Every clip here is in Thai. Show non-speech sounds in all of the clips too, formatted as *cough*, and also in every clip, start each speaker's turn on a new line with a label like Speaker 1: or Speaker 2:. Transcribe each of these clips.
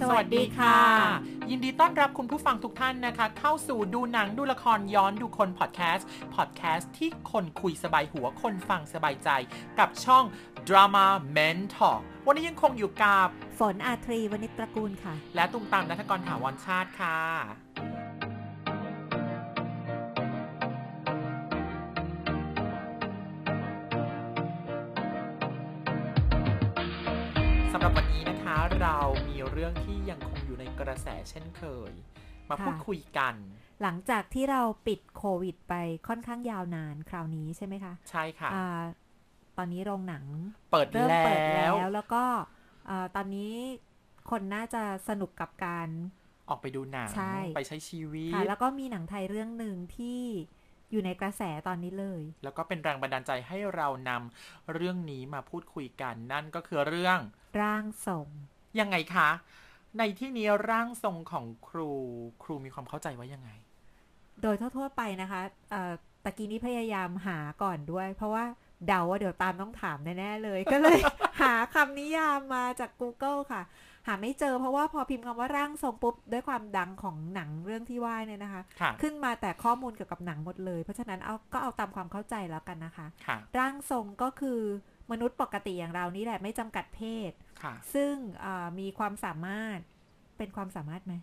Speaker 1: สวัสดีค่ะ ยินดีต้อนรับคุณผู้ฟังทุกท่านนะคะ เข้าสู่ดูหนังดูละครย้อนดูคนพอดแคสต์พอดแคสต์ที่คนคุยสบายหัวคนฟังสบายใจ กับช่อง Drama Mentor วันนี้ยังคงอยู่กับ
Speaker 2: ฝนอาทรีวณิชตระกูลค่ะ
Speaker 1: และตุ้มตามนัทกรถาวรชาติค่ะ สำหรับวันนี้นะคะเรามีเรื่องที่ยังคงอยู่ในกระแสเช่นเคย มา
Speaker 2: ค่ะ
Speaker 1: พูดคุยกัน
Speaker 2: หลังจากที่เราปิดโควิดไปค่อนข้างยาวนานคราวนี้ใช่ไหมคะ
Speaker 1: ใช่ค่ะ
Speaker 2: อ่าตอนนี้โรงหนัง
Speaker 1: เปิด
Speaker 2: เริ่ม
Speaker 1: แล้
Speaker 2: เปิดแล้ว วแล้วก็อ่าตอนนี้คนน่าจะสนุกกับการ
Speaker 1: ออกไปดูหนัง
Speaker 2: ใช่
Speaker 1: ไปใช้ชีวิต
Speaker 2: ค่ะแล้วก็มีหนังไทยเรื่องหนึ่งที่อยู่ในกระแสตอนนี้เลย
Speaker 1: แล้วก็เป็นแรงบันดาลใจให้เรานำเรื่องนี้มาพูดคุยกัน นั่นก็คือเรื่อง
Speaker 2: ร่างทรง
Speaker 1: ยังไงคะ ในที่นี้ร่างทรงของครูครูมีความเข้าใจไว้ยังไง
Speaker 2: โดยทั่วๆไปนะคะเอ่อตะกี้นี้พยายามหาก่อนด้วย เพราะว่าเดาว่าเดี๋ยวตามต้องถามแน่ๆเลย *laughs* ก็เลย หาคำนิยามมาจาก Google ค่ะ หาไม่เจอเพราะว่าพอพิมพ์คำว่าร่างทรงปุ๊บ ด้วยความดังของหนังเรื่องที่ว่าเนี่ยนะคะ
Speaker 1: ค่ะ
Speaker 2: ขึ้นมาแต่ข้อมูลเกี่ยวกับหนังหมดเลย เพราะฉะนั้นเอาก็เอาตามความเข้าใจแล้วกันนะคะ
Speaker 1: ค่ะ
Speaker 2: ร่างทรงก็คือมนุษย์ปกติอย่างเรานี่แหละไม่จำกัดเพศ
Speaker 1: ค่ะ
Speaker 2: ซึ่งเอ่อมีความสามารถเป็นความสามารถไหม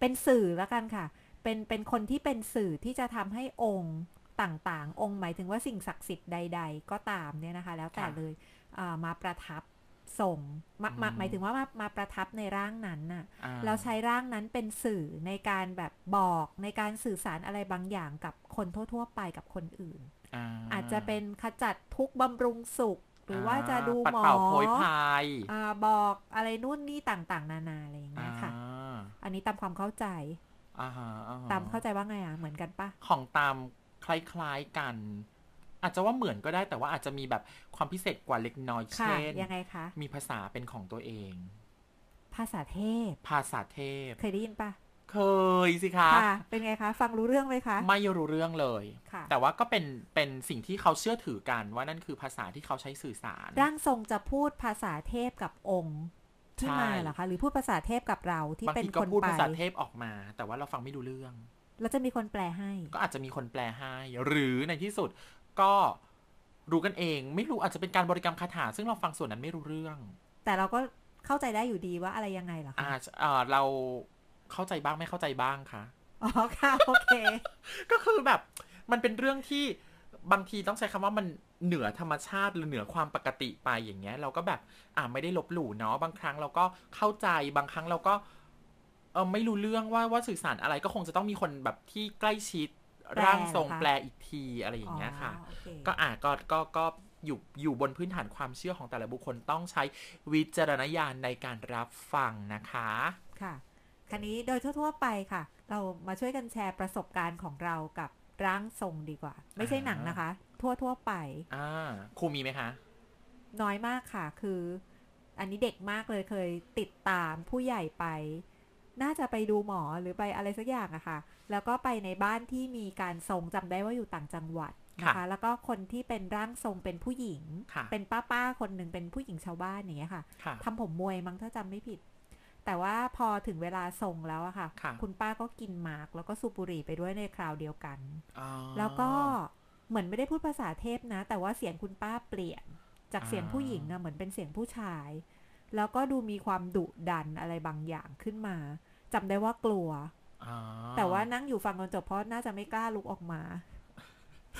Speaker 2: เป็นสื่อแล้วกันค่ะ เป็นเป็นคนที่เป็นสื่อที่จะทำให้องค์ต่างๆ องค์หมายถึงว่าสิ่งศักดิ์สิทธิ์ใด ๆ ก็ตามเนี่ยนะคะ แล้วแต่
Speaker 1: ค่ะ
Speaker 2: เลยเอ่อมาประทับส่งมามา
Speaker 1: อืม
Speaker 2: หมายถึงว่ามามาประทับในร่างนั้นน่ะ
Speaker 1: อ่า
Speaker 2: เราใช้ร่างนั้นเป็นสื่อในการแบบบอกในการสื่อสารอะไรบางอย่างกับคนทั่ว ๆ ไปกับคนอื่น อาจจะเป็นขจัดทุกข์บำรุงสุข หรือว่าจะดู
Speaker 1: ปัด
Speaker 2: หมอ
Speaker 1: เป่าโพยพาย
Speaker 2: อาบอกอะไรนู่นนี่ต่างๆ นานาอะไรอย่างเงี้ยค่ะ
Speaker 1: อ่า
Speaker 2: อันนี้ตามความเข้าใจ
Speaker 1: อ่าฮะอ่ฮะ
Speaker 2: ตามเข้าใจว่าไงอ่ะ เหมือนกันปะ
Speaker 1: ของตามคล้ายๆกัน อาจจะว่าเหมือนก็ได้แต่ว่าอาจจะมีแบบความพิเศษกว่าเล็กน้อย
Speaker 2: ค่ะ
Speaker 1: เช่น
Speaker 2: ยังไงคะ
Speaker 1: มีภาษาเป็นของตัวเอง
Speaker 2: ภาษาเทพ
Speaker 1: ภาษาเทพ
Speaker 2: เคยได้ยินปะ
Speaker 1: เคยสิคะ
Speaker 2: ค่ะ เป็นไงคะ ฟังรู้เรื่องไหมคะ
Speaker 1: ไม่รู้เรื่องเลย
Speaker 2: ค่ะ
Speaker 1: แต่ว่าก็เป็นเป็นสิ่งที่เขาเชื่อถือกันว่านั่นคือภาษาที่เขาใช้สื่อสาร
Speaker 2: ร่างทรงจะพูดภาษาเทพกับองค์ที่
Speaker 1: ใช่
Speaker 2: มาเหรอคะ หรือพูดภาษาเทพกับเราที่
Speaker 1: บาง
Speaker 2: เป็น
Speaker 1: ทีก็
Speaker 2: คน
Speaker 1: พูด
Speaker 2: ไป
Speaker 1: ภาษาเทพออกมา แต่ว่าเราฟังไม่รู้เรื่อง
Speaker 2: แล้วจะมีคนแปลให้
Speaker 1: ก็อาจจะมีคนแปลให้ หรือในที่สุดก็รู้กันเอง ไม่รู้อาจจะเป็นการบริกรรมคาถาซึ่งเราฟังส่วนนั้นไม่รู้เรื่อง
Speaker 2: แต่เราก็เข้าใจได้อยู่ดีว่าอะไรยังไงเหรอคะ
Speaker 1: อาจเอ่อเราเข้าใจบ้างไม่เข้าใจบ้างค่ะ
Speaker 2: อ๋อค่ะ โอเค
Speaker 1: ก็คือแบบมันเป็นเรื่องที่บางทีต้องใช้คำว่ามันเหนือธรรมชาติหรือเหนือความปกติไปอย่างเงี้ย เราก็แบบอ่าไม่ได้ลบหลู่เนาะบางครั้งเราก็เข้าใจบางครั้งเราก็เออไม่รู้เรื่องว่าว่าสื่อสารอะไรก็คงจะต้องมีคนแบบที่ใกล้ชิด
Speaker 2: แปล
Speaker 1: ร่างทรง
Speaker 2: เหรอคะ
Speaker 1: แปลอีกทีอะไรอย่างเงี้ยค่ะ
Speaker 2: อ๋อโอเค
Speaker 1: ก็อ่าก็ก็ก็อยู่อยู่บนพื้นฐานความเชื่อของแต่ละบุคคลต้องใช้วิจารณญาณในการรับฟังนะคะ
Speaker 2: ค่ะ คันนี้โดยทั่ว ๆ ไปค่ะ เรามาช่วยกันแชร์ประสบการณ์ของเรากับร่างทรงดีกว่า ไม่ใช่หนังนะคะ ทั่ว ๆ ไป
Speaker 1: อ่าครูมีไหมคะ
Speaker 2: น้อยมากค่ะ คือ อันนี้เด็กมากเลยเคยติดตามผู้ใหญ่ไป น่าจะไปดูหมอหรือไปอะไรสักอย่างอะค่ะ แล้วก็ไปในบ้านที่มีการทรงจำได้ว่าอยู่ต่างจังหวัดนะ
Speaker 1: ค่ะ
Speaker 2: คะ แล้วก็คนที่เป็นร่างทรงเป็นผู้หญิง
Speaker 1: ค่ะ
Speaker 2: เป็นป้าๆคนหนึ่งเป็นผู้หญิงชาวบ้านอย่างเงี้ยค่ะ
Speaker 1: ค่ะ
Speaker 2: ทำผมมวยมั้งถ้าจำไม่ผิด แต่ว่าพอถึงเวลาส่งแล้วอะค่ะ
Speaker 1: ค่ะ
Speaker 2: คุณป้าก็กินหมาก แล้วก็สูบบุหรี่ไปด้วยในคราวเดียวกัน
Speaker 1: อ๋อ
Speaker 2: แล้วก็เหมือนไม่ได้พูดภาษาเทพนะ แต่ว่าเสียงคุณป้าเปลี่ยน จากเสียงผู้หญิงอะเหมือนเป็นเสียงผู้ชาย แล้วก็ดูมีความดุดันอะไรบางอย่างขึ้นมาจำได้ว่ากลัว
Speaker 1: อ๋อ
Speaker 2: แต่ว่านั่งอยู่ฟังจนจบเพราะน่าจะไม่กล้าลุกออกมา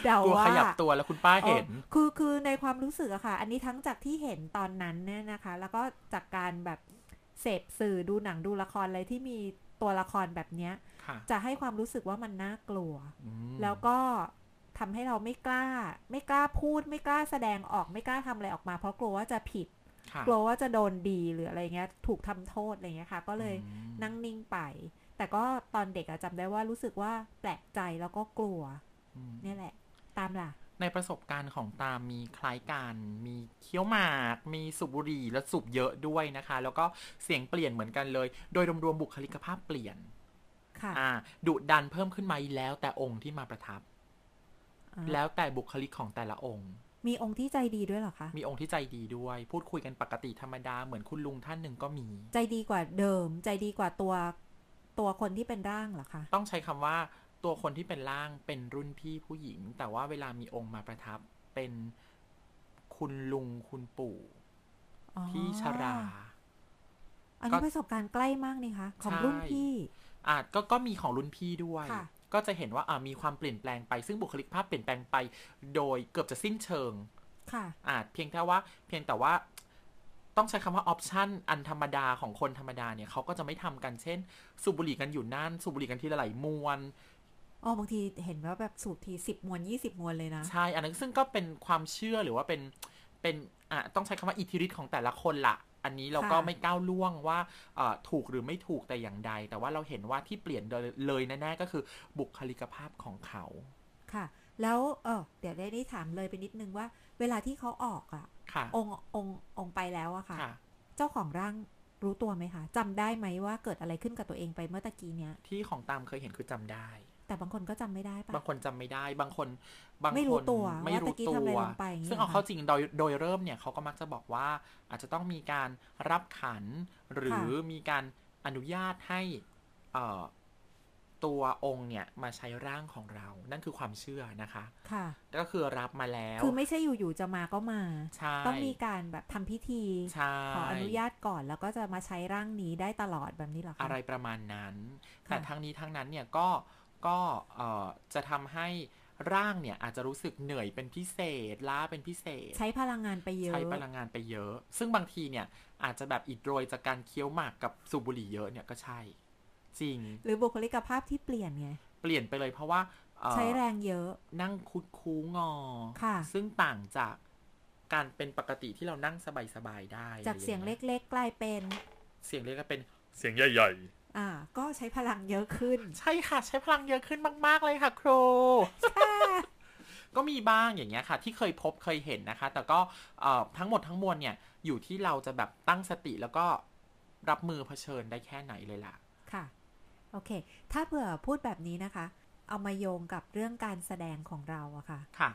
Speaker 2: เดาก
Speaker 1: ลัว
Speaker 2: ว่า
Speaker 1: ขยับตัวแล้วคุณป้าเห็น
Speaker 2: ออคือคือในความรู้สึกอะค่ะ อันนี้ทั้งจากที่เห็นตอนนั้นเนี่ยนะคะ แล้วก็จากการแบบเสพสื่อดูหนังดูละครอะไรที่มีตัวละครแบบเนี้ย
Speaker 1: ค่ะ
Speaker 2: จะให้ความรู้สึกว่ามันน่ากลัว
Speaker 1: อืม
Speaker 2: แล้วก็ทำให้เราไม่กล้า ไม่กล้าพูด ไม่กล้าแสดงออกไม่กล้าทำอะไรออกมา เพราะกลัวว่าจะผิด
Speaker 1: ค่ะ
Speaker 2: กลัวว่าจะโดนดีหรืออะไรเงี้ย ถูกทำโทษอะไรเงี้ยค่ะ ก็เลย
Speaker 1: อืม
Speaker 2: นั่งนิ่งไป แต่ก็ตอนเด็กอะจำได้ว่ารู้สึกว่าแปลกใจแล้วก็กลัว
Speaker 1: อืม
Speaker 2: เนี่ยแหละ ตามล่ะ
Speaker 1: ในประสบการณ์ของตามมีคล้ายกันมีเคี้ยวหมาก มีสูบบุหรี่และสูบเยอะด้วยนะคะ แล้วก็เสียงเปลี่ยนเหมือนกันเลย โดยรวมๆบุคลิกภาพเปลี่ยน
Speaker 2: ค่ะ
Speaker 1: อ่าดุดันเพิ่มขึ้นมาแล้วแต่องค์ที่มาประทับ
Speaker 2: อ่า
Speaker 1: แล้วแต่บุคลิกของแต่ละองค์
Speaker 2: มีองค์ที่ใจดีด้วยเหรอคะ
Speaker 1: มีองค์ที่ใจดีด้วย พูดคุยกันปกติธรรมดาเหมือนคุณลุงท่านหนึ่งก็มี
Speaker 2: ใจดีกว่าเดิม ใจดีกว่าตัวตัวคนที่เป็นร่างเหรอคะ
Speaker 1: ต้องใช้คำว่าตัวคนที่เป็นร่างเป็นรุ่นพี่ผู้หญิง แต่ว่าเวลามีองค์มาประทับเป็นคุณลุงคุณปู่
Speaker 2: อ๋อ
Speaker 1: ที่ชรา
Speaker 2: อัน
Speaker 1: ก็
Speaker 2: นี้ประสบการณ์ใกล้มากนี่คะของ
Speaker 1: ใช่
Speaker 2: รุ่นพี่
Speaker 1: อาจก็ก็มีของรุ่นพี่ด้วย
Speaker 2: ค่ะ
Speaker 1: ก็จะเห็นว่าอ่ามีความเปลี่ยนแปลงไป ซึ่งบุคลิกภาพเปลี่ยนแปลงไป โดยเกือบจะสิ้นเชิง
Speaker 2: ค่ะ
Speaker 1: อาจเพียงแต่ว่าเพียงแต่ว่าต้องใช้คำว่าออปชันอันธรรมดาของคนธรรมดาเนี่ยเขาก็จะไม่ทำกันเช่น สูบบุหรี่กันอยู่นั่น สูบบุหรี่กันที่ละหลายมวน
Speaker 2: อ๋อบางทีเห็นว่าแบบสูบทีสิบมวนยี่สิบมวนเลยนะ
Speaker 1: ใช่ อันนั้นซึ่งก็เป็นความเชื่อหรือว่าเป็น เป็น อ่ะ ต้องใช้คำว่าอิทธิฤทธิ์ของแต่ละคนละ อันนี้เราก็
Speaker 2: ค่ะ
Speaker 1: ไม่ก้าวล่วงว่าเอ่อถูกหรือไม่ถูกแต่อย่างใด แต่ว่าเราเห็นว่าที่เปลี่ยนเลยเลยแน่ๆก็คือบุคลิกภาพของเขา
Speaker 2: ค่ะ แล้วเออเดี๋ยวได้ได้ถามเลยไปนิดนึงว่า เวลาที่เขาออกอะ
Speaker 1: ค่ะ
Speaker 2: องค์องค์องค์ไปแล้วอะค่ะ
Speaker 1: ค่ะ
Speaker 2: เจ้าของร่างรู้ตัวไหมคะจำได้ไหมว่าเกิดอะไรขึ้นกับตัวเองไปเมื่อตะกี้เนี้ย
Speaker 1: ที่ของตามเคยเห็นคือจำได้
Speaker 2: แต่บางคนก็จำไม่ได้ปะ
Speaker 1: บางคนจำไม่ได้ บางคน บางคน
Speaker 2: ไม่รู้ตัว
Speaker 1: ไม่
Speaker 2: ว่า
Speaker 1: รู้
Speaker 2: ตะกี้
Speaker 1: ตั
Speaker 2: ทำอะไร
Speaker 1: ว
Speaker 2: ลงไปอย่างนี้
Speaker 1: ซึ่ง
Speaker 2: เหรอ
Speaker 1: เอา
Speaker 2: คะ
Speaker 1: เข้าจริงโดย โดยเริ่มเนี่ยเขาก็มักจะบอกว่า อาจจะต้องมีการรับขัน หรือมีการอนุญาตให้เอ่อตัวองค์เนี่ยมาใช้ร่างของเรา นั่นคือความเชื่อนะคะ
Speaker 2: ค่ะ
Speaker 1: ก็คือรับมาแล้ว
Speaker 2: คือไม่ใช่อยู่ๆจะมาก็มา
Speaker 1: ใช่
Speaker 2: ต้องมีการแบบทำพิธี
Speaker 1: ใช่
Speaker 2: ขออนุญาตก่อนแล้วก็จะมาใช้ร่างนี้ได้ตลอดแบบนี้เหรอคะ
Speaker 1: อะไรประมาณนั้น
Speaker 2: ค่ะ
Speaker 1: แต่ทั้งนี้ทั้งนั้นเนี่ยก็ก็เอ่อจะทำให้ร่างเนี่ยอาจจะรู้สึกเหนื่อยเป็นพิเศษล้าเป็นพิเศษ
Speaker 2: ใช้พลังงานไปเยอะ
Speaker 1: ใช้พลังงานไปเยอะ ซึ่งบางทีเนี่ย อาจจะแบบอิดโรยจากการเคี้ยวหมากกับสูบบุหรี่เยอะเนี่ยก็ใช่ จริง
Speaker 2: หรือบุคลิกภาพที่เปลี่ยนไง
Speaker 1: เปลี่ยนไปเลยเพราะว่าเอ่อ
Speaker 2: ใช้แรงเยอะ
Speaker 1: นั่งคุดคูงอ
Speaker 2: ค่ะ
Speaker 1: ซึ่งต่างจากการเป็นปกติที่เรานั่งสบายๆได้
Speaker 2: จากเสียง
Speaker 1: อะไรอางงี้
Speaker 2: เล็กๆ กลายเป็น
Speaker 1: เสียงเล็กก็เป็น
Speaker 3: เสียงใหญ่
Speaker 2: อ่า ก็ใช้พลังเยอะขึ้
Speaker 1: *laughs*
Speaker 2: น
Speaker 1: ใช่ค่ะ ใช้พลังเยอะขึ้นมาก ๆ เลยค่ะครู *laughs* ก็มีบ้างอย่างเงี้ยค่ะ ที่เคยพบเคยเห็นนะคะ แต่ก็เอ่อทั้งหมดทั้งมวลเนี่ย อยู่ที่เราจะแบบตั้งสติแล้วก็รับมือเผชิญได้แค่ไหนเลยล่ะ
Speaker 2: ค่ะ โอเค ถ้าเผื่อพูดแบบนี้นะคะ เอามาโยงกับเรื่องการแสดงของเราอะค่ะ
Speaker 1: ค่ะ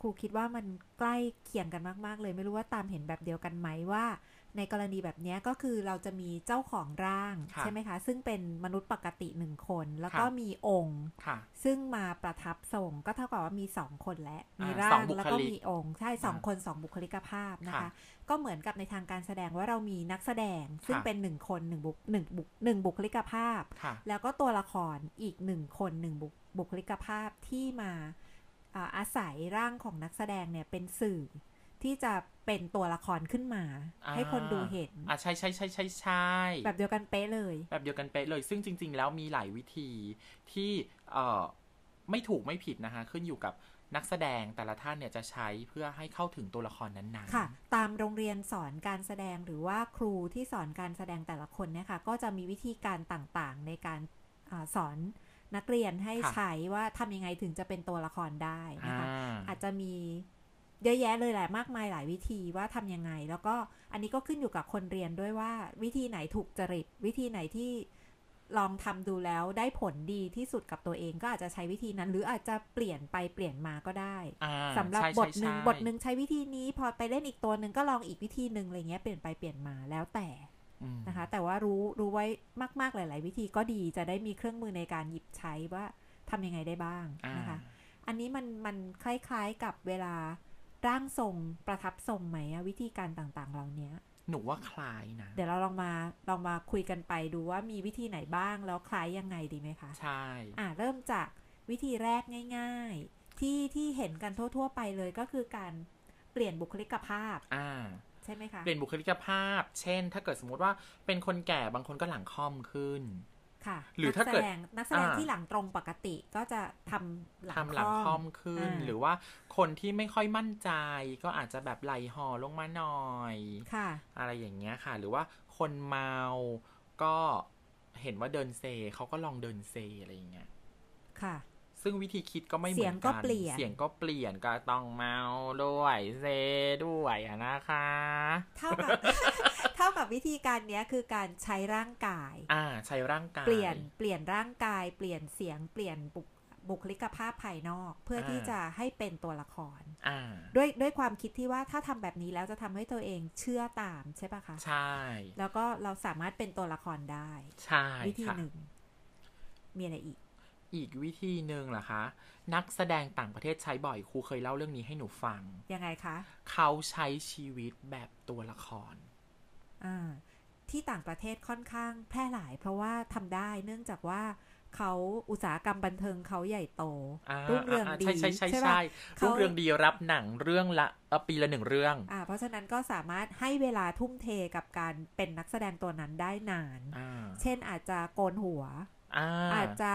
Speaker 2: ครูคิดว่ามันใกล้เคียงกันมาก ๆ เลยไม่รู้ว่าตามเห็นแบบเดียวกันไหมว่า ในกรณีแบบเนี้ยก็คือเราจะมีเจ้าของร่าง
Speaker 1: ค่ะ
Speaker 2: ใช่ไหมคะ ซึ่งเป็นมนุษย์ปกติหนึ่งคน แล้วก็
Speaker 1: ค่ะ
Speaker 2: มีองค์
Speaker 1: ค่ะ
Speaker 2: ซึ่งมาประทับทรงก็เท่ากับว่ามีสองคนและ
Speaker 1: อ่ามี
Speaker 2: มีร่า
Speaker 1: สอง งบุคลิก
Speaker 2: แล้วก็มีองค์ใช่สองคนสองบุคลิกภาพนะคะ
Speaker 1: ค่ะ
Speaker 2: ก็เหมือนกับในทางการแสดงว่าเรามีนักแสดง ซึ่ง
Speaker 1: ค่ะ
Speaker 2: เป็นหนึ่งคนหนึ่งบุคหนึ่งบุคหนึ่งบุคลิกภาพ
Speaker 1: ค่ะ
Speaker 2: แล้วก็ตัวละครอีกหนึ่งคนหนึ่งบุคบุคลิกภาพที่มาอ่าอาศัยร่างของนักแสดงเนี่ยเป็นสื่อ ที่จะเป็นตัวละครขึ้นมา
Speaker 1: อ่า
Speaker 2: ให้คนดูเห็น
Speaker 1: อ่ะใช่ใช่ใช่ใช่ใช่
Speaker 2: แบบเดียวกันเป๊ะเลย
Speaker 1: แบบเดียวกันเป๊ะเลย ซึ่งจริง ๆ แล้วมีหลายวิธีที่เอ่อไม่ถูกไม่ผิดนะคะ ขึ้นอยู่กับนักแสดงแต่ละท่านเนี่ยจะใช้เพื่อให้เข้าถึงตัวละครนั้นๆ
Speaker 2: ค่ะ ตามโรงเรียนสอนการแสดงหรือว่าครูที่สอนการแสดงแต่ละคนเนี่ยค่ะก็จะมีวิธีการต่างๆ ในการอาสอนนักเรียนให้ใช้ว่าทำยังไงถึงจะเป็นตัวละครได้นะ
Speaker 1: อ่า
Speaker 2: คะ อาจจะมีเยอะแยะเลยแหละมากมายหลายวิธีว่าทำยังไง แล้วก็อันนี้ก็ขึ้นอยู่กับคนเรียนด้วยว่า วิธีไหนถูกจริต วิธีไหนที่ลองทำดูแล้วได้ผลดีที่สุดกับตัวเองก็อาจจะใช้วิธีนั้น หรืออาจจะเปลี่ยนไปเปลี่ยนมาก็ได้
Speaker 1: อ่า
Speaker 2: สำหรับ
Speaker 1: ใช่
Speaker 2: บ
Speaker 1: ใช่
Speaker 2: ทหนึ่ง
Speaker 1: ใช่
Speaker 2: บทหนึ่งใช้วิธีนี้ พอไปเล่นอีกตัวหนึ่งก็ลองอีกวิธีหนึ่งอะไรเงี้ยเปลี่ยนไปเปลี่ยนมาแล้วแต่
Speaker 1: อืม
Speaker 2: นะคะ แต่ว่ารู้รู้ไว้มากๆหลาย ๆ วิธีก็ดีจะได้มีเครื่องมือในการหยิบใช้ว่าทำยังไงได้บ้าง
Speaker 1: อ่า
Speaker 2: นะคะ อันนี้มันมันคล้ายๆกับเวลาร่างทรงประทับทรงไหมอะวิธีการต่างๆ เหล่าเนี้ย
Speaker 1: หนูว่าคล้ายนะ
Speaker 2: เดี๋ยวเราลองมาลองมาคุยกันไปดูว่ามีวิธีไหนบ้างแล้วคล้ายยังไงดีไหมคะ
Speaker 1: ใช่
Speaker 2: อ่าเริ่มจากวิธีแรกง่าย ๆ ที่ที่เห็นกันทั่ว ๆ ไปเลยก็คือการเปลี่ยนบุคลิกภาพ
Speaker 1: อ่า
Speaker 2: ใช่ไหมคะ
Speaker 1: เปลี่ยนบุคลิกภาพ เช่น ถ้าเกิดสมมติว่าเป็นคนแก่บางคนก็หลังค่อมขึ้น
Speaker 2: ค่ะ
Speaker 1: หรือ
Speaker 2: นัก
Speaker 1: ถ้า
Speaker 2: แส
Speaker 1: เกิด
Speaker 2: ดงนักแสดง
Speaker 1: อ่า
Speaker 2: ที่หลังตรงปกติก็จะทำหลัง
Speaker 1: ทำห
Speaker 2: ค
Speaker 1: ลังค่
Speaker 2: ล่
Speaker 1: อ
Speaker 2: อ
Speaker 1: ม
Speaker 2: ม
Speaker 1: ขึ้น
Speaker 2: อ่า
Speaker 1: หรือว่าคนที่ไม่ค่อยมั่นใจ ก็อาจจะแบบไหลห่อลงมาหน่อย
Speaker 2: ค่ะ
Speaker 1: อะไรอย่างเงี้ยค่ะ หรือว่าคนเมาก็เห็นว่าเดินเซเขาก็ลองเดินเซอะไรอย่างเงี้ย
Speaker 2: ค่ะ
Speaker 1: ซึ่งวิธีคิดก็ไม่เหมือน
Speaker 2: เสียงก็
Speaker 1: กัน
Speaker 2: เปลี่ยน
Speaker 1: ยงก็เปลี่ยนก็ต้องเมาด้วยเซด้วยอะนะคะ
Speaker 2: เท่ากับ *laughs* เท่ากับวิธีการเนี้ยคือการใช้ร่างกาย
Speaker 1: อ่าใช้ร่างกาย
Speaker 2: เปลี่ยนเปลี่ยนร่างกาย เปลี่ยนเสียงเปลี่ยนบุค บุคลิกภาพภายนอก เพื่อที่
Speaker 1: อ่า
Speaker 2: จะให้เป็นตัวละคร
Speaker 1: อ่า
Speaker 2: ด้วยด้วยความคิดที่ว่าถ้าทำแบบนี้แล้วจะทำให้ตัวเองเชื่อตามใช่ปะคะ
Speaker 1: ใช่
Speaker 2: แล้วก็เราสามารถเป็นตัวละครได้
Speaker 1: ใช่
Speaker 2: วิธี
Speaker 1: ค่ะ
Speaker 2: หนึ่ง มีอะไรอีก
Speaker 1: อีกวิธีหนึ่งเหรอคะ นักแสดงต่างประเทศใช้บ่อยครูเคยเล่าเรื่องนี้ให้หนูฟัง
Speaker 2: ยังไงคะ
Speaker 1: เขาใช้ชีวิตแบบตัวละคร
Speaker 2: อ่าที่ต่างประเทศค่อนข้างแพร่หลาย เพราะว่าทำได้เนื่องจากว่าเขาอุตสาหกรรมบันเทิงเขาใหญ่โต
Speaker 1: อ่า
Speaker 2: รุ่งเรือง
Speaker 1: า
Speaker 2: ดี
Speaker 1: ใช่ใช่ใช่
Speaker 2: ปะ
Speaker 1: ใช่
Speaker 2: เขา
Speaker 1: รุ่งเรืองดีรับหนังเรื่องละเอ่อปีละหนึ่งเรื่อง
Speaker 2: อ่าเพราะฉะนั้นก็สามารถให้เวลาทุ่มเทกับการเป็นนักแสดงตัวนั้นได้นาน
Speaker 1: อ่า
Speaker 2: เช่นอาจจะโกนหัว
Speaker 1: อ่า
Speaker 2: อาจจะ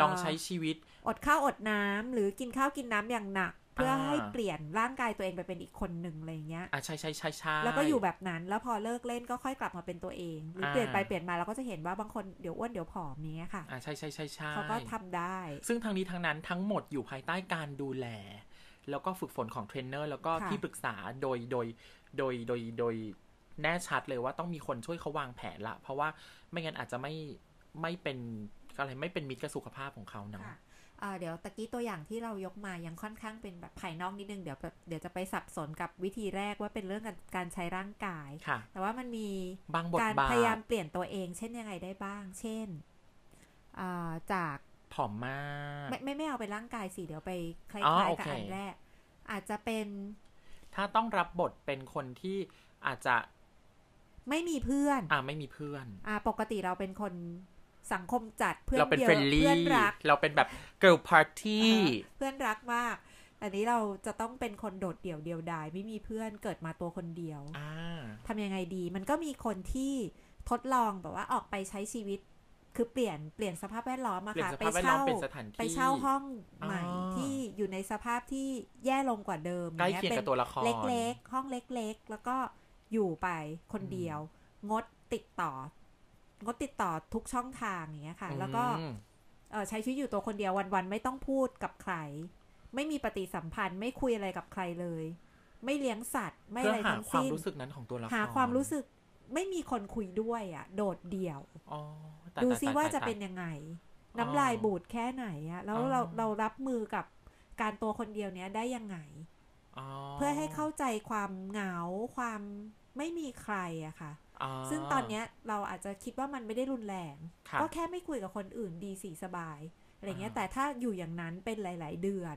Speaker 1: ลองใช้
Speaker 2: เ
Speaker 1: ชีวิต
Speaker 2: ออดข้าวอดน้ำหรือกินข้าวกินน้ำอย่างหนัก เพื่อ
Speaker 1: อ่า
Speaker 2: ให้เปลี่ยนร่างกายตัวเองไปเป็นอีกคนหนึ่งอะไรอย่างเงี้ย
Speaker 1: อ่าใช่ใช่ใช่ใช่
Speaker 2: แล้วก็อยู่แบบนั้นแล้วพอเลิกเล่นก็ค่อยกลับมาเป็นตัวเองหรืออา เปลี่ยนไปเปลี่ยนมาเราก็จะเห็นว่าบางคนเดี๋ยวอ้วนเดี๋ยวผอมอย่างเนี้ยค่ะ
Speaker 1: อ่าใช่ใช่ใช่ใช่
Speaker 2: เขาก็ทำได้
Speaker 1: ซึ่งทั้งนี้ทั้งนั้นทั้งหมดอยู่ภายใต้การดูแล แล้วก็ฝึกฝนของเทรนเนอร์แล้วก็
Speaker 2: ค่ะ
Speaker 1: ที่ปรึกษาโดยโดยโดยโดยโดยแน่ชัดเลยว่าต้องมีคนช่วยเขาวางแผนละ เพราะว่าไม่งั้นอาจจะไม่ไม่เป็นอะไรไม่เป็นมิตรกับสุขภาพของเขาเนาะ
Speaker 2: ค่ะเอ่อเดี๋ยวตะกี้ตัวอย่างที่เรายกมายังค่อนข้างเป็นแบบภายนอกนิดนึงเดี๋ยวแบบเดี๋ยวจะไปสับสนกับวิธีแรกว่าเป็นเรื่องการการใช้ร่างกาย
Speaker 1: ค่ะ
Speaker 2: แต่ว่ามันมี
Speaker 1: บางบท
Speaker 2: การ
Speaker 1: บาท
Speaker 2: พยายามเปลี่ยนตัวเองเช่นยังไงได้บ้าง เช่นเอ่อจาก
Speaker 1: ผอมมาก
Speaker 2: ไม่ไม่ไม่เอาไปร่างกายสิเดี๋ยวไปคล้
Speaker 1: อ๋อ
Speaker 2: าย
Speaker 1: โอ
Speaker 2: ๆกับ
Speaker 1: เค
Speaker 2: อันแรก อาจจะเป็น
Speaker 1: ถ้าต้องรับบทเป็นคนที่อาจจะ
Speaker 2: ไม่มีเพื่อน
Speaker 1: อ่าไม่มีเพื่อน
Speaker 2: อ่าปกติเราเป็นคนสังคมจัดเพื่อน
Speaker 1: เราเป็น
Speaker 2: ยอะ
Speaker 1: เฟรนลี่
Speaker 2: เพื่อนรัก
Speaker 1: เราเป็นแบบ girl party
Speaker 2: อ่าเพื่อนรักมาก อันนี้เราจะต้องเป็นคนโดดเดี่ยวเดียวดายไม่มีเพื่อนเกิดมาตัวคนเดียว
Speaker 1: อ่า
Speaker 2: ทำยังไงดี มันก็มีคนที่ทดลองแบบว่าออกไปใช้ชีวิต คือเปลี่ยนเปลี่ยนสภาพแวดล้อมอะ
Speaker 1: เปลี่ย
Speaker 2: ค่ะ
Speaker 1: นสภาพแวดล้อมเป็นสถานที่
Speaker 2: ไปเช่าห้องใหม่
Speaker 1: อ๋อ
Speaker 2: ที่อยู่ในสภาพที่แย่ลงกว่าเดิม
Speaker 1: ใกล้เคียง
Speaker 2: ป็
Speaker 1: กับ
Speaker 2: น
Speaker 1: ตัวละคร
Speaker 2: เล็กๆ ห้องเล็กๆ แล้วก็อยู่ไปคน
Speaker 1: อืม
Speaker 2: เดียว งดติดต่อ งดติดต่อทุกช่องทางอย่างเงี้ยค่ะ แล้วก็
Speaker 1: อืม
Speaker 2: เอ่อใช้ชีวิตอยู่ตัวคนเดียววันๆ ไม่ต้องพูดกับใคร ไม่มีปฏิสัมพันธ์ ไม่คุยอะไรกับใครเลย ไม่เลี้ยงสัตว์ ไม่
Speaker 1: เพื่
Speaker 2: อะ
Speaker 1: อ
Speaker 2: ไร
Speaker 1: หา
Speaker 2: ทั้ง
Speaker 1: ความ
Speaker 2: สิ้น
Speaker 1: รู้สึกนั้นของตัวละคร
Speaker 2: หาความรู้สึกไม่มีคนคุยด้วยอ่ะ โดดเดี่ยว
Speaker 1: อ๋อแต่
Speaker 2: ดู
Speaker 1: แต่
Speaker 2: ซิ
Speaker 1: แต่
Speaker 2: ว่า
Speaker 1: แต่
Speaker 2: จะเป็น
Speaker 1: แต่
Speaker 2: ยังไง
Speaker 1: อ
Speaker 2: น้ำลายบูดแค่ไหนอะแล้วเรา
Speaker 1: อ๋อ
Speaker 2: เรารับมือกับการตัวคนเดียวเนี้ยได้ยังไง
Speaker 1: อ๋อ
Speaker 2: เพื่อให้เข้าใจความเหงาความไม่มีใครอะค่ะ
Speaker 1: อ๋อ
Speaker 2: ซึ่งตอนเนี้ยเราอาจจะคิดว่ามันไม่ได้รุนแรง
Speaker 1: ค่ะ
Speaker 2: ก็แค่ไม่คุยกับคนอื่นดีสีสบายอะไรเงี้ย
Speaker 1: อ่า
Speaker 2: แต่ถ้าอยู่อย่างนั้นเป็นหลาย ๆ เดือน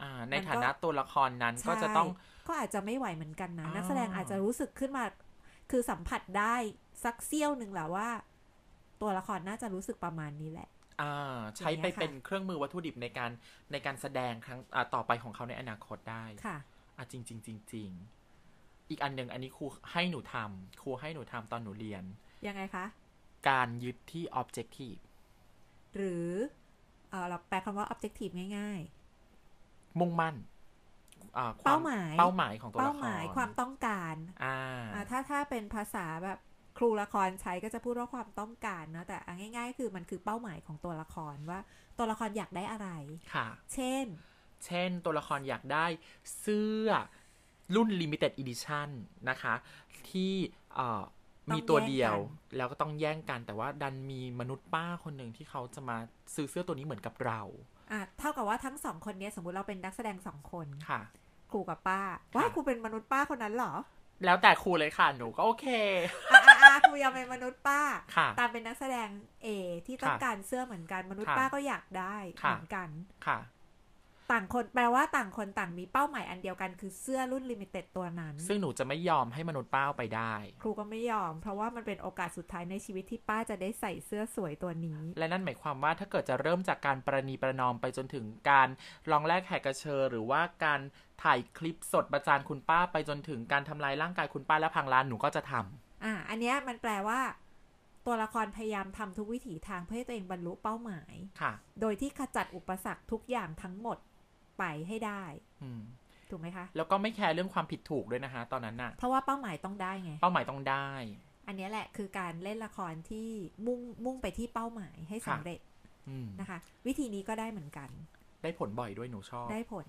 Speaker 1: อ่าใน
Speaker 2: มันก็
Speaker 1: ฐานะตัวละครนั้นก็จะต้อง
Speaker 2: ก็อาจจะไม่ไหวเหมือนกันนะ
Speaker 1: อ๋อ
Speaker 2: นักแสดงอาจจะรู้สึกขึ้นมา คือสัมผัสได้สักเซี่ยวหนึ่งแหละว่า ตัวละครน่าจะรู้สึกประมาณนี้แหละ
Speaker 1: อ่าใช้
Speaker 2: อย่างเงี้
Speaker 1: ไป
Speaker 2: ยค่ะ
Speaker 1: เป็นเครื่องมือวัตถุดิบในการในการแสดงครั้งอ่าต่อไปของเขาในอนาคตได้
Speaker 2: ค่ะ
Speaker 1: อ่ะจริงจริงจริงจริงอีกอันหนึ่งอันนี้ครูให้หนูทำครูให้หนูทำตอนหนูเรียน
Speaker 2: ยังไงคะ
Speaker 1: การยึดที่ objective
Speaker 2: หรือเอ่อเราแปลคำว่า objective ง่าย
Speaker 1: มุ่งมั่นอ่าคว
Speaker 2: เป้าหมาย
Speaker 1: เป้าหมายของ
Speaker 2: ๆ
Speaker 1: ตัวละคร
Speaker 2: เป้าหมายความต้องการ
Speaker 1: อ่า
Speaker 2: อ่าถ้าถ้าเป็นภาษาแบบครูละครใช้ก็จะพูดว่าความต้องการเนอะแต่อ่ะง่ายๆ คือมันคือเป้าหมายของตัวละครว่าตัวละครอยากได้อะไร
Speaker 1: ค่ะ
Speaker 2: เช่น
Speaker 1: เช่นตัวละครอยากได้เสื้อรุ่น limited edition นะคะ ที่เอ่อมีตัวเดียว
Speaker 2: ต้องแย่งกัน
Speaker 1: แล้วก็ต้องแย่งกันแต่ว่าดันมีมนุษย์ป้าคนหนึ่งที่เขาจะมาซื้อเสื้อตัวนี้เหมือนกับเรา
Speaker 2: อ่ะเท่ากับว่าทั้งสองคนเนี้ยสมมุติเราเป็นนักแสดงสองคน
Speaker 1: ค่ะ
Speaker 2: ครูกับป้าว่าครูเป็นมนุษย์ป้าคนนั้นเหรอ
Speaker 1: แล้วแต่ครูเลยค่ะหนูก็โอเค
Speaker 2: อ่ะอ่ะอ่ะครูยังเป็นมนุษย์ป้า
Speaker 1: ค่ะ
Speaker 2: ตามเป็นนักแสดงเอที่ต้องการเสื้อเหมือนกันมนุษย์
Speaker 1: ค่ะ
Speaker 2: ป้าก็อยากได้เห
Speaker 1: ค่ะ
Speaker 2: มือนกัน
Speaker 1: ค่ะ
Speaker 2: ต่างคนแปลว่าต่างคนต่างมีเป้าหมายอันเดียวกันคือเสื้อรุ่นลิมิเต็ดตัวนั้น
Speaker 1: ซึ่งหนูจะไม่ยอมให้มนุษย์ป้าเอาไปได้
Speaker 2: ครูก็ไม่ยอม เพราะว่ามันเป็นโอกาสสุดท้ายในชีวิตที่ป้าจะได้ใส่เสื้อสวยตัวนี้
Speaker 1: และนั่นหมายความว่าถ้าเกิดจะเริ่มจากการประนีประนอมไปจนถึงการลองแลกแหกกระเชอหรือว่าการถ่ายคลิปสดประจานคุณป้าไปจนถึงการทำลายร่างกายคุณป้าและพังร้านหนูก็จะท
Speaker 2: อ่า อันเนี้ยมันแปลว่า ตัวละครพยายามทำทุกวิถีทางเพื่อให้ตัวเองบรรลุเป้าหมาย
Speaker 1: ำค่ะ
Speaker 2: โดยที่ขจัดอุปสรรคทุกอย่างทั้งหมดไปให้ได้
Speaker 1: อืม
Speaker 2: ถูกไหมคะ
Speaker 1: แล้วก็ไม่แคร์เรื่องความผิดถูกด้วยนะคะ ตอนนั้นน่ะ
Speaker 2: เพราะว่าเป้าหมายต้องได้ไง
Speaker 1: เป้าหมายต้องได้
Speaker 2: อันเนี้ยแหละคือการเล่นละครที่มุ่งมุ่งไปที่เป้าหมายให้สำเร็จ
Speaker 1: อืม
Speaker 2: นะคะ วิธีนี้ก็ได้เหมือนกัน
Speaker 1: ได้ผลบ่อยด้วยหนูชอบ
Speaker 2: ได้ผล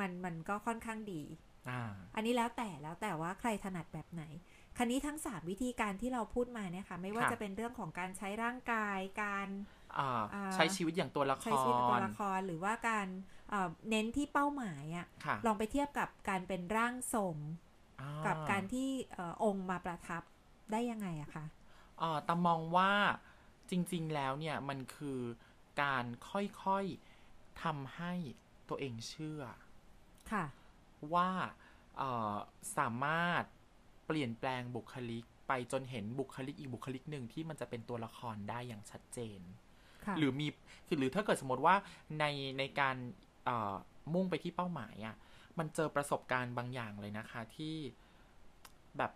Speaker 2: มันมันก็ค่อนข้างดี
Speaker 1: อ่า
Speaker 2: อันนี้แล้วแต่แล้วแต่ว่าใครถนัดแบบไหน คันนี้ทั้ง 3 วิธีการที่เราพูดมาเนี่ยค่ะ ไม่ว่า
Speaker 1: ค่ะ
Speaker 2: จะเป็นเรื่องของการใช้ร่างกาย การ
Speaker 1: อ่า
Speaker 2: อ่า
Speaker 1: ใช้ชีวิตอย่างตัวละค
Speaker 2: ใช้ชีวิตเป็นตัว
Speaker 1: ร
Speaker 2: ละครหรือว่าการเอ่อเน้นที่เป้าหมายอะ
Speaker 1: ค่ะ
Speaker 2: ลองไปเทียบกับการเป็นร่างทรง
Speaker 1: อ่า
Speaker 2: กับการที่เอ่อองค์มาประทับได้ยังไงอะคะ
Speaker 1: เอ่อตามองว่าจริงๆ แล้วเนี่ย มันคือการค่อยๆทำให้ตัวเองเชื่อ
Speaker 2: ค่ะ
Speaker 1: ว่าเอ่อสามารถเปลี่ยนแปลงบุคลิกไปจนเห็นบุคลิกอีกบุคลิกหนึ่งที่มันจะเป็นตัวละครได้อย่างชัดเจน
Speaker 2: ค่ะ
Speaker 1: หรือมีคือหรือถ้าเกิดสมมติว่าในในการเอ่อมุ่งไปที่เป้าหมายอะ่ะมันเจอประสบการณ์บางอย่างเลยนะคะที่แบบ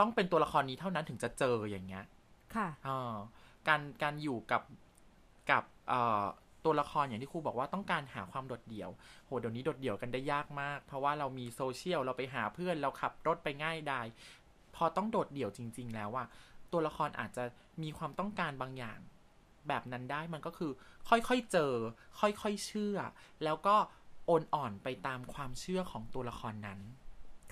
Speaker 1: ต้องเป็นตัวละครนี้เท่านั้นถึงจะเจออย่างเงี้ย
Speaker 2: ค่ะ
Speaker 1: เอ่อการการอยู่กับกับเอ่อตัวละครอย่างที่ครูบอกว่าต้องการหาความโดดเดี่ยว โหเดี๋ยวนี้โดดเดี่ยวกันได้ยากมาก เพราะว่าเรามีโซเชียลเราไปหาเพื่อนเราขับรถไปง่ายได้ พอต้องโดดเดี่ยวจริง ๆ แล้วอะตัวละครอาจจะมีความต้องการบางอย่าง แบบนั้นได้มันก็คือ ค่อยๆเจอ ค่อยๆเชื่อ แล้วก็โอนอ่อนไปตามความเชื่อของตัวละครนั้น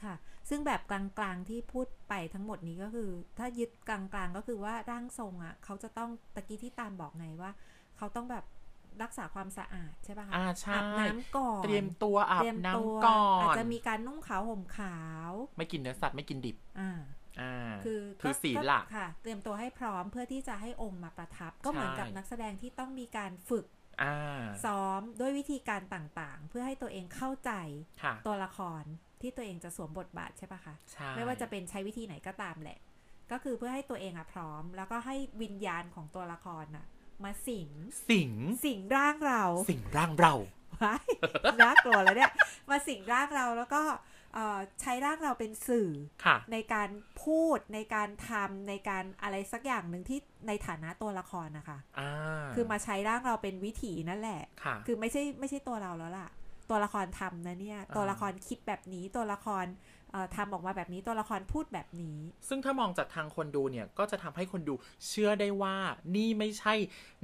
Speaker 2: ค่ะ ซึ่งแบบกลางๆที่พูดไปทั้งหมดนี้ก็คือ ถ้ายึดกลางๆก็คือว่าร่างทรงอะเขาจะต้องตะกี้ที่ตามบอกไงว่า เขาต้องแบบรักษาความสะอาดใช่ปะคะ
Speaker 1: อ่าใช่
Speaker 2: อาบน้ำก่อน
Speaker 1: เตรียมตัวอา
Speaker 2: เต
Speaker 1: บ
Speaker 2: รียม
Speaker 1: น้
Speaker 2: ตัว
Speaker 1: ำก่อ
Speaker 2: อาจ
Speaker 1: น
Speaker 2: จะมีการนุ่งขาวห่มขาว
Speaker 1: ไม่กินเนื้อสัตว์ไม่กินดิบ
Speaker 2: อ่า
Speaker 1: อ่า
Speaker 2: คือ
Speaker 1: คือ
Speaker 2: ก็
Speaker 1: ศีลละ
Speaker 2: ก็ค่ะ เตรียมตัวให้พร้อมเพื่อที่จะให้องค์มาประทับ ก็เหมือนกับ
Speaker 1: ใช่
Speaker 2: นักแสดงที่ต้องมีการฝึก
Speaker 1: อ่า
Speaker 2: ซ้อมด้วยวิธีการต่างๆ เพื่อให้ตัวเองเข้าใจ
Speaker 1: ค่ะ
Speaker 2: ตัวละครที่ตัวเองจะสวมบทบาทใช่ปะคะ
Speaker 1: ใช่
Speaker 2: ไม่ว่าจะเป็นใช้วิธีไหนก็ตามแหละ ก็คือเพื่อให้ตัวเองอะพร้อม แล้วก็ให้วิญญาณของตัวละครน่ะ มาสิง
Speaker 1: สิง
Speaker 2: สิงร่างเรา
Speaker 1: สิงร่างเรา
Speaker 2: ว้ *laughs* ายน่ากลัวแล้วเนี่ยมาสิงร่างเราแล้วก็เอ่อใช้ร่างเราเป็นสื่อ
Speaker 1: ค่ะ
Speaker 2: ในการพูดในการทำในการอะไรสักอย่างหนึ่งที่ในฐานะตัวละครนะคะ
Speaker 1: อ่า
Speaker 2: คือมาใช้ร่างเราเป็นวิถีนั่นแหละ
Speaker 1: ค่ะ
Speaker 2: คือไม่ใช่ไม่ใช่ตัวเราแล้วล่ะ ตัวละครทำนะเนี่ย
Speaker 1: อ่า
Speaker 2: ตัวละครคิดแบบนี้ตัวละครเอ่อทำออกมาแบบนี้ตัวละครพูดแบบนี้
Speaker 1: ซึ่งถ้ามองจากทางคนดูเนี่ย ก็จะทำให้คนดูเชื่อได้ว่านี่ไม่ใช่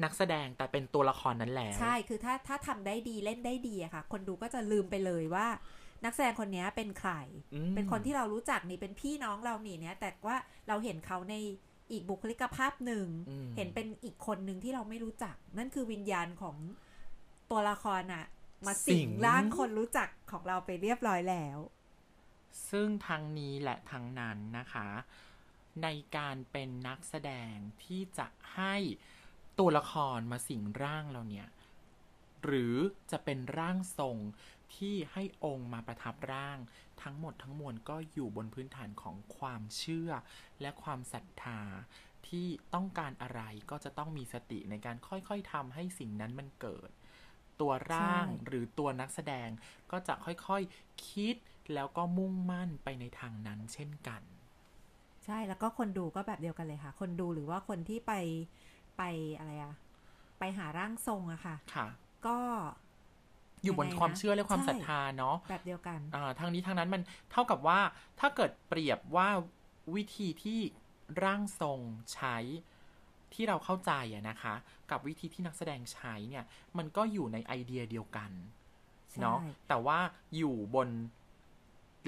Speaker 1: นักแสดงแต่เป็นตัวละครนั้นแล้ว
Speaker 2: ใช่คือถ้าถ้าทำได้ดีเล่นได้ดีอะค่ะ คนดูก็จะลืมไปเลยว่า นักแสดงคนเนี้ยเป็นใคร
Speaker 1: อืม
Speaker 2: เป็นคนที่เรารู้จักนี่เป็นพี่น้องเรานี่เนี่ยแต่ว่าเราเห็นเขาในอีกบุคลิกภาพหนึ่ง
Speaker 1: อืม
Speaker 2: เห็นเป็นอีกคนหนึ่งที่เราไม่รู้จัก นั่นคือวิญญาณของตัวละครน่ะ มาสิงร่างคนรู้จักของเราไปเรียบร้อยแล้ว
Speaker 1: ซึ่งทางนี้และทางนั้นนะคะ ในการเป็นนักแสดงที่จะให้ตัวละครมาสิงร่างเราเนี่ย หรือจะเป็นร่างทรงที่ให้องค์มาประทับร่าง ทั้งหมดทั้งมวลก็อยู่บนพื้นฐานของความเชื่อ และความศรัทธา ที่ต้องการอะไรก็จะต้องมีสติในการค่อยๆทำให้สิ่งนั้นมันเกิด ตัวร่าง
Speaker 2: ใช่
Speaker 1: หรือตัวนักแสดงก็จะค่อยๆคิดแล้วก็มุ่งมั่นไปในทางนั้นเช่นกัน
Speaker 2: ใช่แล้วก็คนดูก็แบบเดียวกันเลยค่ะ คนดูหรือว่าคนที่ไปไปอะไรอะไปหาร่างทรงอะค่ะ
Speaker 1: ค่ะ
Speaker 2: ก็
Speaker 1: อยู่บน
Speaker 2: ยังไงนะ
Speaker 1: ความเชื่อและความ
Speaker 2: ใช่
Speaker 1: ศรัทธาเนาะ
Speaker 2: แบบเดียวกัน
Speaker 1: อ่าทางนี้ทางนั้นมันเท่ากับว่าถ้าเกิดเปรียบว่าวิธีที่ร่างทรงใช้ที่เราเข้าใจอะนะคะ กับวิธีที่นักแสดงใช้เนี่ยมันก็อยู่ในไอเดียเดียวกัน
Speaker 2: ใช่
Speaker 1: เนาะแต่ว่าอยู่บน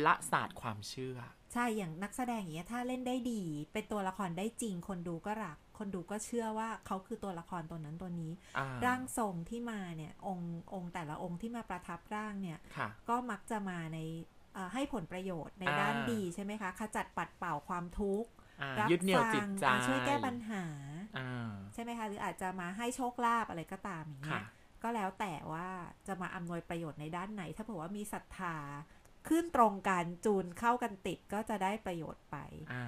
Speaker 1: ละศาสตร์ความเชื่อ
Speaker 2: ใช่อย่างนักแสดงอย่างเงี้ยถ้าเล่นได้ดี เป็นตัวละครได้จริง คนดูก็รัก คนดูก็เชื่อว่าเขาคือตัวละครตัวนั้นตัวนี้
Speaker 1: อ่า
Speaker 2: ร่างทรงที่มาเนี่ยองค์องค์แต่ละองค์ที่มาประทับร่างเนี่ย
Speaker 1: ค่ะ
Speaker 2: ก็มักจะมาในเอ่อให้ผลประโยชน์ในด้าน
Speaker 1: อ่า
Speaker 2: ดีใช่ไหมคะ ขจัดปัดเป่าความทุกข์
Speaker 1: อ่า
Speaker 2: รับ
Speaker 1: ยึดเหนี่ยวจิตใจ
Speaker 2: ฟังอ่าช่วยแก้ปัญหา
Speaker 1: อ่า
Speaker 2: ใช่ไหมคะ หรืออาจจะมาให้โชคลาภอะไรก็ตามอย่างเงี้
Speaker 1: ค่ะ
Speaker 2: ยก็แล้วแต่ว่าจะมาอำนวยประโยชน์ในด้านไหน ถ้าเผื่อว่ามีศรัทธาขึ้นตรงกันจูนเข้ากันติดก็จะได้ประโยชน์ไป
Speaker 1: อ่า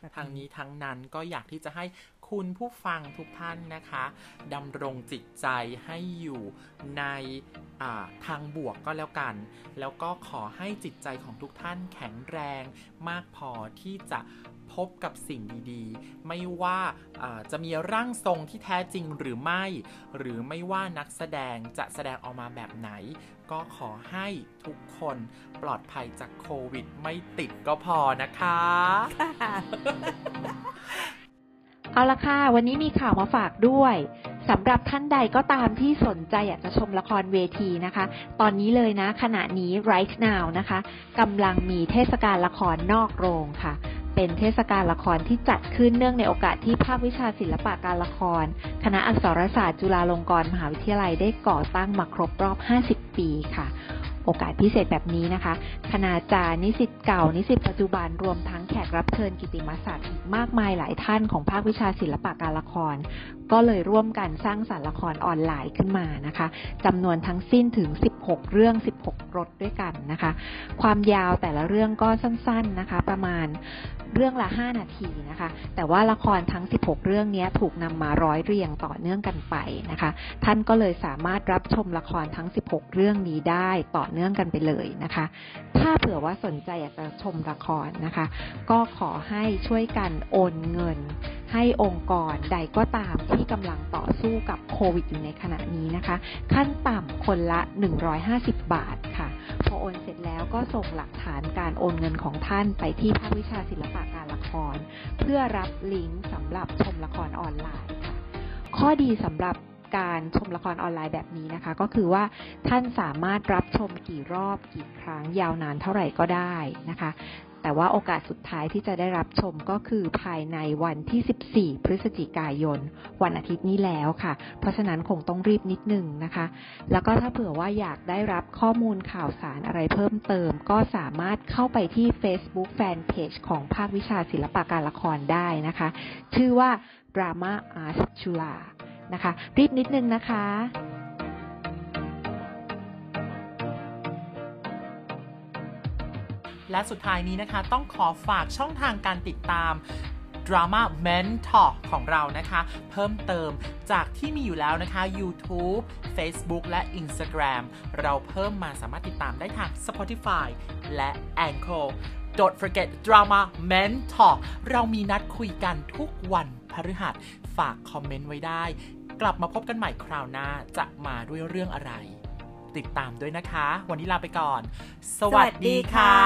Speaker 2: แบบ
Speaker 1: ทางนี้ทั้งนั้นก็อยากที่จะให้คุณผู้ฟังทุกท่านนะคะดำรงจิตใจให้อยู่ในอ่าทางบวกก็แล้วกัน แล้วก็ขอให้จิตใจของทุกท่านแข็งแรงมากพอที่จะพบกับสิ่งดีๆ ไม่ว่าอ่าจะมีร่างทรงที่แท้จริงหรือไม่ หรือไม่ว่านักแสดงจะแสดงออกมาแบบไหน ก็ขอให้ทุกคนปลอดภัยจากโควิด ไม่ติดก็พอนะคะ
Speaker 2: ค่ะ
Speaker 3: เอาละค่ะ วันนี้มีข่าวมาฝากด้วยสำหรับท่านใดก็ตามที่สนใจอยากจะชมละครเวทีนะคะ ตอนนี้เลยนะ ขณะนี้ right now นะคะกำลังมีเทศกาลละครนอกโรงค่ะ
Speaker 2: เป็นเทศกาลละครที่จัดขึ้นเนื่องในโอกาสที่ภาควิชาศิลปะการละคร คณะอักษรศาสตร์จุฬาลงกรณ์มหาวิทยาลัยได้ก่อตั้งมาครบรอบ 50 ปีค่ะ โอกาสพิเศษแบบนี้นะคะ คณาจารย์นิสิตเก่า นิสิตปัจจุบันรวมทั้งแขกรับเชิญกิตติมศักดิ์อีกมากมายหลายท่านของภาควิชาศิลปะการละคร ก็เลยร่วมกันสร้างสรรค์ละครออนไลน์ขึ้นมานะคะจำนวนทั้งสิ้นถึง 16 เรื่อง 16 รสด้วยกันนะคะ ความยาวแต่ละเรื่องก็สั้นๆนะคะ ประมาณเรื่องละ 5 นาทีนะคะ แต่ว่าละครทั้ง 16 เรื่องเนี้ยถูกนำมาร้อยเรียงต่อเนื่องกันไปนะคะ ท่านก็เลยสามารถรับชมละครทั้ง 16 เรื่องนี้ได้ต่อเนื่องกันไปเลยนะคะ ถ้าเผื่อว่าสนใจอยากจะชมละครนะคะ ก็ขอให้ช่วยกันโอนเงิน ให้องค์กรใดก็ตามที่กำลังต่อสู้กับโควิดอยู่ในขณะนี้นะคะ ขั้นต่ำคนละ 150 บาทค่ะ พอโอนเสร็จแล้วก็ส่งหลักฐานการโอนเงินของท่านไปที่ภาควิชาศิลปะการละคร เพื่อรับลิงก์สำหรับชมละครออนไลน์ค่ะ ข้อดีสำหรับการชมละครออนไลน์แบบนี้นะคะ ก็คือว่าท่านสามารถรับชมกี่รอบกี่ครั้งยาวนานเท่าไหร่ก็ได้นะคะ แต่ว่าโอกาสสุดท้ายที่จะได้รับชมก็คือภายในวันที่ 14 พฤศจิกายน วันอาทิตย์นี้แล้วค่ะ เพราะฉะนั้นคงต้องรีบนิดนึงนะคะ แล้วก็ถ้าเผื่อว่าอยากได้รับข้อมูลข่าวสารอะไรเพิ่มเติม ก็สามารถเข้าไปที่ Facebook Fanpage ของภาควิชาศิลปะการละครได้นะคะ ชื่อว่า Drama Art จุฬานะคะ รีบนิดนึงนะคะ
Speaker 1: และสุดท้ายนี้นะคะ ต้องขอฝากช่องทางการติดตาม Drama Mentor ของเรานะคะ เพิ่มเติมจากที่มีอยู่แล้วนะคะ YouTube Facebook และ Instagram เราเพิ่มมาสามารถติดตามได้ทาง Spotify และ a n c h o r Don't forget Drama Mentor เรามีนัดคุยกันทุกวันพฤหัสฝากคอมเมนต์ไว้ได้ กลับมาพบกันใหม่คราวหน้าจะมาด้วยเรื่องอะไร ติดตามด้วยนะคะ วันนี้ลาไปก่อน สวัสดีค่ะ